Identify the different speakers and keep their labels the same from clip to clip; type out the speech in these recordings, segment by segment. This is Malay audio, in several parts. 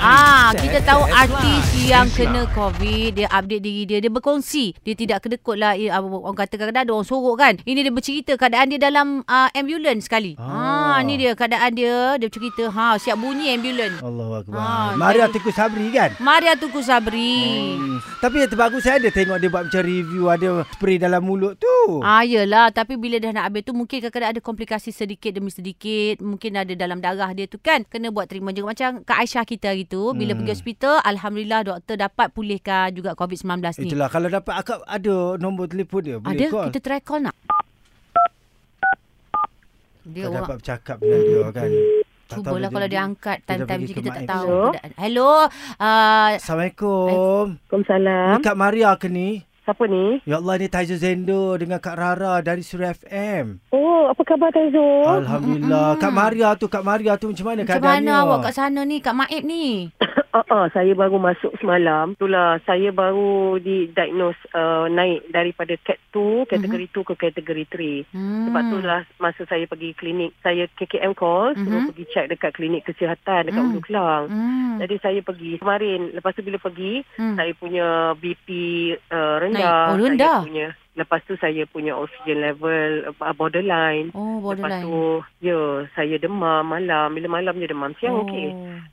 Speaker 1: Ah, kita tahu artis yang kena COVID, dia update diri dia, dia berkongsi. Dia tidak kedekut lah. Eh, ah, Orang kata kadang-kadang ada orang sorok kan. Ini dia bercerita keadaan dia dalam uh, ambulans sekali. Ah.
Speaker 2: Ah.
Speaker 1: ni dia keadaan dia, dia bercerita. Ha, siap bunyi ambulans.
Speaker 2: Allahu akbar. Ha,
Speaker 1: Ah,
Speaker 2: Maria
Speaker 1: jadi-
Speaker 2: Teguh Sabri kan?
Speaker 1: Maria Tuku Sabri.
Speaker 2: Hmm. Tapi yang terbagus saya ada tengok dia buat macam review ada spray dalam mulut tu.
Speaker 1: Ah, yelah. Tapi bila dah nak habis tu, mungkin kadang-kadang ada komplikasi sedikit demi sedikit. Mungkin ada dalam darah dia tu kan. Kena buat treatment juga. Macam Kak Aisyah kita hari tu. Bila
Speaker 2: Hmm.
Speaker 1: pergi hospital, Alhamdulillah doktor dapat pulihkan juga COVID-19 ni.
Speaker 2: Itulah kalau dapat akak ada nombor telefon dia boleh
Speaker 1: Ada?
Speaker 2: call.
Speaker 1: Kita try call nak? Dia
Speaker 2: Kau
Speaker 1: orang
Speaker 2: dapat bercakap dengan dia kan. Tak tahu
Speaker 1: cubalah lah kalau dia angkat time-time
Speaker 2: pergi
Speaker 1: je
Speaker 2: ke
Speaker 1: kita
Speaker 2: Mak
Speaker 1: tak
Speaker 2: Em.
Speaker 1: tahu. keadaan. Hello. Uh,
Speaker 2: Assalamualaikum.
Speaker 3: Waalaikumsalam.
Speaker 1: Ha?
Speaker 2: Ni Kak Maria ke ni?
Speaker 3: Siapa ni?
Speaker 2: Ya Allah ni Taizo Zendo dengan Kak Rara dari Suria FM.
Speaker 3: Oh, apa khabar Taizo?
Speaker 2: Alhamdulillah. Kak Maria tu, Kak Maria tu macam mana
Speaker 1: macam
Speaker 2: keadaannya?
Speaker 1: mana awak kat sana ni? Kat Maib ni?
Speaker 3: Ah, ah, saya baru masuk semalam. Itulah, saya baru didiagnose uh, naik daripada cat 2, kategori 2 ke kategori 3.
Speaker 1: Mhm. Hmm.
Speaker 3: Sebab itulah masa saya pergi klinik, saya KKM call, mm-hmm. suruh
Speaker 1: Mhm.
Speaker 3: pergi check dekat klinik kesihatan dekat
Speaker 1: Hmm.
Speaker 3: mm. Ulu Kelang.
Speaker 1: Hmm.
Speaker 3: Jadi saya pergi kemarin, lepas tu bila pergi,
Speaker 1: Hmm.
Speaker 3: saya punya BP uh,
Speaker 1: Naik.
Speaker 3: rendah.
Speaker 1: Oh, rendah.
Speaker 3: Saya punya, lepas tu saya punya oksigen level uh, borderline.
Speaker 1: Oh, borderline.
Speaker 3: Lepas tu, ya, saya demam malam. Bila malam je demam. Siang oh. okey.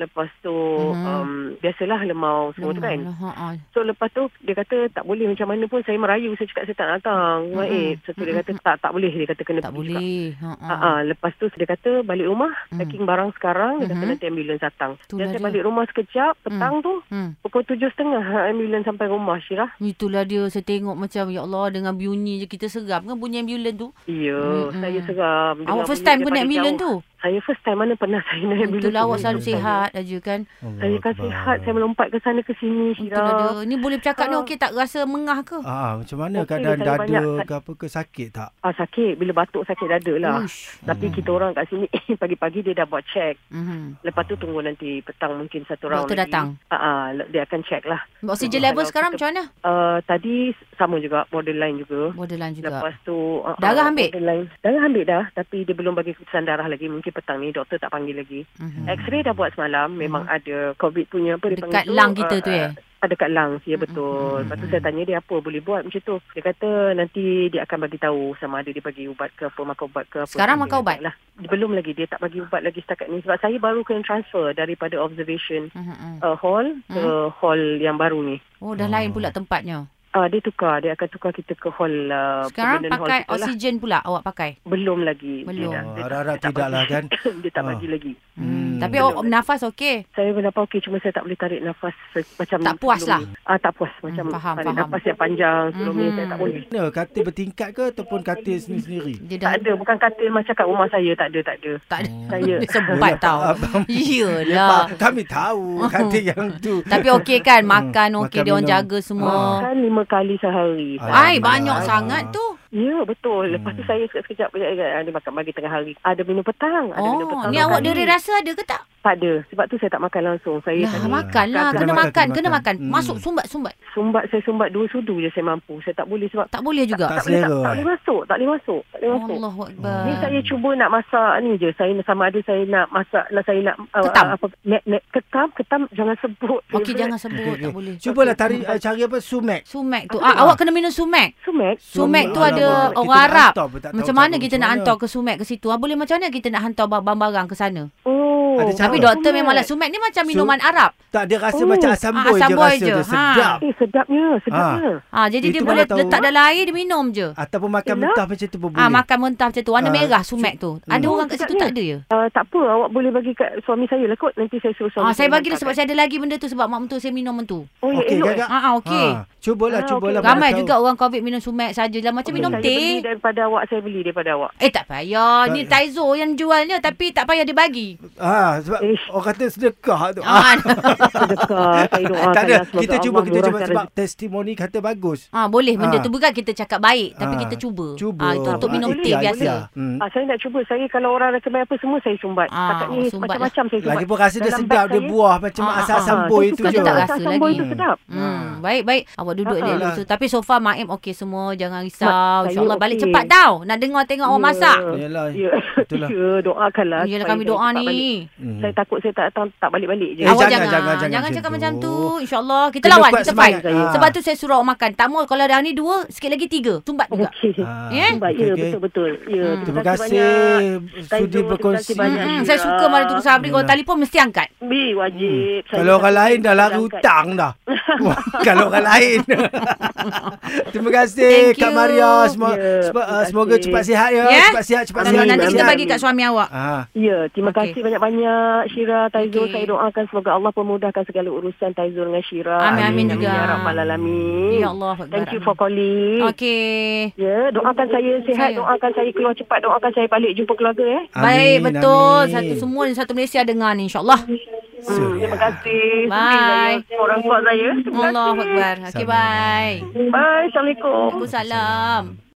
Speaker 3: Lepas tu,
Speaker 1: Mhm.
Speaker 3: hmm. um, biasalah lemau semua tu kan.
Speaker 1: Lemah lah, ha, ha.
Speaker 3: So, lepas tu, dia kata tak boleh macam mana pun. Saya merayu. Saya cakap saya tak nak datang.
Speaker 1: Mhm.
Speaker 3: Baik. Lepas tu, dia kata tak, tak boleh. Dia kata kena
Speaker 1: Tak
Speaker 3: pergi juga.
Speaker 1: boleh. Ha, ha.
Speaker 3: Ah, ah. lepas tu dia kata balik rumah,
Speaker 1: Hmm.
Speaker 3: packing barang sekarang, dia kata
Speaker 1: Mhm.
Speaker 3: nanti ambulans datang.
Speaker 1: Itulah
Speaker 3: Dan saya
Speaker 1: dia.
Speaker 3: balik rumah sekejap, petang tu
Speaker 1: Hmm.
Speaker 3: pukul tujuh setengah ha, ambulans sampai rumah Syirah.
Speaker 1: Itulah dia saya tengok macam ya Allah dengan bunyi je kita seram kan bunyi ambulan tu.
Speaker 3: Ya,
Speaker 1: Mhm.
Speaker 3: saya seram.
Speaker 1: awak
Speaker 3: Dengar
Speaker 1: first
Speaker 3: bunyi
Speaker 1: time pun naik
Speaker 3: daripada
Speaker 1: ambulan
Speaker 3: jauh.
Speaker 1: tu.
Speaker 3: Saya first time mana pernah saya naik ambulans.
Speaker 1: Itulah
Speaker 3: tu.
Speaker 1: awak selalu
Speaker 2: Alhamdulillah.
Speaker 1: sihat aja kan.
Speaker 2: Allah
Speaker 3: Saya kasih
Speaker 2: Akbar.
Speaker 3: hat, saya melompat ke sana ke sini,
Speaker 1: Itulah dia.
Speaker 3: Syirah.
Speaker 1: Ni boleh bercakap ni
Speaker 3: Ah.
Speaker 1: okey tak rasa mengah ke?
Speaker 2: Ah, macam mana
Speaker 3: Okey,
Speaker 2: keadaan
Speaker 3: saya
Speaker 2: dada
Speaker 3: banyak-
Speaker 2: ke apa ke sakit tak?
Speaker 3: Ah, sakit, bila batuk sakit dada lah.
Speaker 1: Uish.
Speaker 3: Tapi
Speaker 2: Hmm.
Speaker 3: kita orang kat sini, pagi-pagi dia dah buat check.
Speaker 1: Mhm.
Speaker 3: Lepas tu tunggu nanti petang mungkin satu round
Speaker 1: Doktor
Speaker 3: lagi.
Speaker 1: datang.
Speaker 3: Ah, ah, dia akan check lah.
Speaker 1: Oksigen
Speaker 3: Kalau
Speaker 1: level sekarang
Speaker 3: kita-
Speaker 1: macam mana?
Speaker 3: Uh, tadi sama juga, borderline juga.
Speaker 1: Borderline juga.
Speaker 3: Lepas tu... ah, ah,
Speaker 1: Darah ambil?
Speaker 3: Borderline. Darah ambil dah, tapi dia belum bagi keputusan darah lagi. Mungkin petang ni doktor tak panggil lagi.
Speaker 1: Mhm.
Speaker 3: Mm-hmm. X-ray dah buat semalam, memang ada COVID punya apa
Speaker 1: Mm-hmm.
Speaker 3: dia
Speaker 1: Dekat
Speaker 3: panggil tu,
Speaker 1: lung kita tu, Mm-hmm. eh?
Speaker 3: ah, dekat lung, ya betul. Lepas tu saya tanya dia apa boleh buat macam tu. Dia kata nanti dia akan bagi tahu sama ada dia bagi ubat ke apa, makan ubat ke apa.
Speaker 1: Sekarang
Speaker 3: Dia
Speaker 1: makan ubat?
Speaker 3: Lah. Dia Belum lagi, dia tak bagi ubat lagi setakat ni. Sebab saya baru kena transfer daripada observation
Speaker 1: Mhm.
Speaker 3: uh, hall ke
Speaker 1: Mm-hmm.
Speaker 3: hall yang baru ni.
Speaker 1: Oh dah lain pula tempatnya.
Speaker 3: Uh, dia tukar, dia akan tukar kita ke hall uh,
Speaker 1: Sekarang
Speaker 3: permanent hall
Speaker 1: pakai
Speaker 3: kita lah.
Speaker 1: oksigen pula awak pakai.
Speaker 3: Belum lagi. Dia
Speaker 1: Belum.
Speaker 3: tak-
Speaker 2: Oh,
Speaker 3: dia tak-
Speaker 2: harap-harap
Speaker 3: dia tak
Speaker 2: tidak lah,
Speaker 3: bagi.
Speaker 2: kan?
Speaker 3: dia tak
Speaker 2: Ah.
Speaker 3: bagi lagi.
Speaker 1: Hmm. Tapi
Speaker 3: Belum.
Speaker 1: awak nafas okey.
Speaker 3: Saya bernafas okey cuma saya tak boleh tarik nafas se- macam
Speaker 1: Tak puas
Speaker 3: sebelum
Speaker 1: lah.
Speaker 3: ni. Ah tak puas macam
Speaker 1: Hmm, faham,
Speaker 3: tarik
Speaker 1: faham.
Speaker 3: nafas yang panjang sebelum ni saya tak
Speaker 1: Mhm.
Speaker 3: boleh.
Speaker 2: Mana katil bertingkat ke ataupun katil sendiri-sendiri?
Speaker 1: Dia dah
Speaker 3: Tak ada bukan katil macam kat rumah saya tak ada tak ada.
Speaker 1: tak ada.
Speaker 3: Saya
Speaker 1: Dia sempat
Speaker 2: Yelah,
Speaker 1: tau. Ha.
Speaker 2: faham.
Speaker 1: Iyalah.
Speaker 2: Pak, kami tahu katil yang tu.
Speaker 1: Tapi okey kan makan
Speaker 2: Hmm,
Speaker 1: okey
Speaker 2: makan,
Speaker 1: dia orang
Speaker 2: minum.
Speaker 1: jaga semua.
Speaker 3: Kan lima kali sehari.
Speaker 1: Ai
Speaker 2: Alhamdulillah.
Speaker 1: banyak sangat tu.
Speaker 3: Ya
Speaker 2: Hmm.
Speaker 3: betul. Lepas tu saya sekejap-sekejap ada makan pagi tengah hari. Ada minum petang. Ada minum
Speaker 1: Oh,
Speaker 3: petang.
Speaker 1: ni
Speaker 3: dua
Speaker 1: awak
Speaker 3: kali.
Speaker 1: dari rasa ada ke tak?
Speaker 3: Tak ada. Sebab tu saya tak makan langsung. Saya
Speaker 1: Lah,
Speaker 3: tadi
Speaker 1: makan lah.
Speaker 3: Kena
Speaker 1: Kena
Speaker 2: makan,
Speaker 1: makan,
Speaker 2: kena
Speaker 1: kena makan.
Speaker 2: makan. Hmm.
Speaker 1: Masuk sumbat-sumbat.
Speaker 3: sumbat saya sumbat dua sudu je saya mampu. Saya tak boleh sebab
Speaker 1: Tak boleh juga.
Speaker 2: Tak
Speaker 3: tak boleh, tak,
Speaker 2: selera,
Speaker 3: tak
Speaker 2: eh?
Speaker 3: boleh masuk. Tak boleh masuk. Tak boleh masuk.
Speaker 1: Allah Akbar.
Speaker 3: Ni saya cuba nak masak ni je. Saya sama ada saya nak masak, lah saya nak uh,
Speaker 1: Ketam?
Speaker 3: apa net, net, ketam, ketam jangan sebut.
Speaker 1: Okey, jangan
Speaker 2: Okey,
Speaker 1: sebut.
Speaker 2: okey.
Speaker 1: Tak boleh. hmm.
Speaker 2: Cubalah tarik uh, cari apa sumac.
Speaker 1: Sumac tu. Ah, awak kena minum sumac.
Speaker 3: Sumek.
Speaker 1: Sumac tu ada
Speaker 2: Alamak, kita nak
Speaker 1: orang Arab.
Speaker 2: hantar pun tak tahu
Speaker 1: Macam mana
Speaker 2: cara
Speaker 1: kita
Speaker 2: macam
Speaker 1: nak
Speaker 2: mana.
Speaker 1: hantar ke sumac ke situ? Ah, boleh macam mana kita nak hantar barang-barang ke sana?
Speaker 3: Oh.
Speaker 2: Ada cara.
Speaker 1: Tapi
Speaker 2: Betul.
Speaker 1: doktor memanglah sumac ni macam minuman Arab.
Speaker 2: Tak dia rasa
Speaker 3: Oh.
Speaker 2: macam asam
Speaker 1: Ah,
Speaker 2: boy
Speaker 1: asam
Speaker 2: je
Speaker 1: boy
Speaker 2: rasa
Speaker 1: je.
Speaker 2: dia
Speaker 1: Ha.
Speaker 2: sedap.
Speaker 3: Eh, sedapnya. Sedapnya.
Speaker 1: Ah, jadi
Speaker 2: Itu
Speaker 1: dia
Speaker 2: mana
Speaker 1: boleh
Speaker 2: tahu?
Speaker 1: letak dalam air dia minum je.
Speaker 2: Ataupun makan
Speaker 3: Enak.
Speaker 2: mentah macam tu pun boleh.
Speaker 1: Ah, makan mentah macam tu. Warna
Speaker 2: Ah,
Speaker 1: merah sumac tu. Ada
Speaker 2: Hmm.
Speaker 1: orang kat situ
Speaker 3: Sedapnya.
Speaker 1: tak ada ya?
Speaker 2: Ah.
Speaker 3: Uh, tak apa. Awak boleh bagi kat suami saya lah kot. Nanti saya suruh suami
Speaker 1: Ah, saya bagi dia
Speaker 3: hantar
Speaker 1: sebab saya ada lagi benda tu sebab mak mentua saya minum mentu.
Speaker 3: kat- Oh, ya,
Speaker 2: Okey,
Speaker 3: elok. eh.
Speaker 2: Gaga.
Speaker 1: Ah, ah, okey.
Speaker 2: Ha, cubalah,
Speaker 3: Ah,
Speaker 2: cubalah.
Speaker 3: okey.
Speaker 2: mana
Speaker 1: Ramai
Speaker 2: tahu.
Speaker 1: juga orang COVID minum sumac sajalah. Macam minum
Speaker 3: eh. Saya
Speaker 1: teh.
Speaker 3: beli daripada awak. Saya beli daripada awak.
Speaker 1: Eh tak payah. Ni
Speaker 2: Tak-
Speaker 1: Taizo yang jualnya tapi tak payah dia bagi.
Speaker 2: Ha, lah sebab
Speaker 3: Ish.
Speaker 2: orang kata sedekah tu. Ah.
Speaker 1: Ah,
Speaker 3: Sedekah saya doakan
Speaker 2: tak ada.
Speaker 3: lah, semoga
Speaker 2: Kita cuba
Speaker 3: Allah
Speaker 2: kita cuba
Speaker 3: murahkan
Speaker 2: sebab testimoni kata bagus.
Speaker 1: ah boleh benda
Speaker 2: Ah.
Speaker 1: tu bukan kita cakap baik tapi
Speaker 2: Ah,
Speaker 1: kita cuba.
Speaker 2: Cuba.
Speaker 1: Ah itu untuk
Speaker 3: Ah,
Speaker 1: minum
Speaker 3: boleh,
Speaker 1: teh
Speaker 3: boleh.
Speaker 1: biasa.
Speaker 2: Hmm.
Speaker 3: Ah, saya nak cuba. Saya kalau orang recommend apa semua saya sumbat.
Speaker 1: Ah,
Speaker 3: Setakat ni
Speaker 1: sumbat
Speaker 3: macam-macam saya sumbat.
Speaker 2: Lagi pun rasa dia
Speaker 3: Dalam
Speaker 2: sedap
Speaker 3: beg
Speaker 2: dia
Speaker 3: saya-
Speaker 2: buah macam
Speaker 1: Ah,
Speaker 2: asal
Speaker 1: ah, ah.
Speaker 2: samboi
Speaker 3: Saya
Speaker 2: tu
Speaker 3: suka
Speaker 2: je.
Speaker 1: Kita tak
Speaker 3: sedap.
Speaker 1: rasa
Speaker 3: Sambal
Speaker 1: lagi.
Speaker 3: itu sedap.
Speaker 1: Hmm, baik baik. Awak duduk
Speaker 3: Ah,
Speaker 1: dia
Speaker 3: ah.
Speaker 1: dulu tu. Tapi so far Maim okey semua, jangan risau.
Speaker 3: saya
Speaker 1: Insya-Allah balik
Speaker 3: okey.
Speaker 1: cepat tau. Nak dengar tengok awak
Speaker 3: Ya.
Speaker 1: masak.
Speaker 2: Yalah.
Speaker 3: Ya,
Speaker 2: Betul lah.
Speaker 3: ya doakanlah.
Speaker 1: Yalah
Speaker 3: supaya
Speaker 1: kami
Speaker 3: saya
Speaker 1: doa
Speaker 3: cepat balik.
Speaker 1: ni.
Speaker 2: Hmm.
Speaker 3: Saya takut saya tak tak, tak balik-balik je.
Speaker 2: Eh,
Speaker 1: Awak
Speaker 2: jangan,
Speaker 1: jangan
Speaker 2: jangan, jangan
Speaker 1: jangan
Speaker 2: macam
Speaker 1: cakap
Speaker 2: tu.
Speaker 1: macam tu. Insya-Allah kita
Speaker 2: Kena
Speaker 1: lawan,
Speaker 2: kuat
Speaker 1: kita
Speaker 2: semangat
Speaker 1: fight.
Speaker 2: saya.
Speaker 1: Sebab tu saya suruh awak makan. Tak mahu kalau dah ni dua, sikit lagi tiga. Tumbat juga.
Speaker 3: Okey.
Speaker 2: Ah,
Speaker 1: Ya?
Speaker 3: Baik,
Speaker 2: okey,
Speaker 3: ya,
Speaker 2: okey.
Speaker 3: betul-betul. Ya,
Speaker 1: Hmm.
Speaker 2: Terima
Speaker 3: banyak.
Speaker 2: kasih sudi
Speaker 3: Taizul, terima
Speaker 2: berkongsi.
Speaker 3: kasih banyak.
Speaker 1: Hmm, saya
Speaker 3: Ya.
Speaker 1: suka mana tu Sabri kalau
Speaker 2: Yalah.
Speaker 1: telefon mesti angkat.
Speaker 3: Bi, wajib. Saya
Speaker 2: Hmm. Kalau orang
Speaker 3: tak-
Speaker 2: lain dah lari
Speaker 3: berangkat.
Speaker 2: hutang dah. Wah, kalau orang lain. Terima kasih
Speaker 1: Thank
Speaker 2: Kak
Speaker 1: you.
Speaker 2: Maria. Semoga,
Speaker 3: Ya,
Speaker 2: yeah,
Speaker 3: terima
Speaker 2: semoga
Speaker 3: kasih.
Speaker 2: cepat sihat ya.
Speaker 1: Ya?
Speaker 2: Cepat sihat, cepat
Speaker 3: Amin,
Speaker 2: sihat.
Speaker 1: Nanti
Speaker 3: amin,
Speaker 1: kita
Speaker 3: amin.
Speaker 1: bagi kat suami awak.
Speaker 2: Ah.
Speaker 3: Ya, terima
Speaker 1: Okey.
Speaker 3: okay. kasih banyak-banyak Syira, Taizul.
Speaker 1: Okey.
Speaker 3: Saya doakan semoga Allah permudahkan segala urusan Taizul dengan Syira.
Speaker 1: Amin, amin
Speaker 3: Amin,
Speaker 1: juga.
Speaker 3: Ya Rabbal Alamin.
Speaker 1: Ya Allah.
Speaker 3: Hmm. Thank you for calling.
Speaker 1: Okay.
Speaker 3: Ya, doakan saya sihat,
Speaker 1: Saya.
Speaker 3: doakan saya keluar cepat, doakan saya balik jumpa keluarga eh.
Speaker 1: Baik,
Speaker 2: Amin,
Speaker 1: betul.
Speaker 2: amin.
Speaker 1: Satu semua dan satu Malaysia dengar ni insyaAllah.
Speaker 3: Hmm, terima kasih.
Speaker 1: Bye.
Speaker 3: Sedih Saya, orang tua saya. Terima kasih.
Speaker 1: Allah Akbar. Okay,
Speaker 2: Sama.
Speaker 1: bye.
Speaker 3: Bye. Assalamualaikum.
Speaker 1: Waalaikumsalam.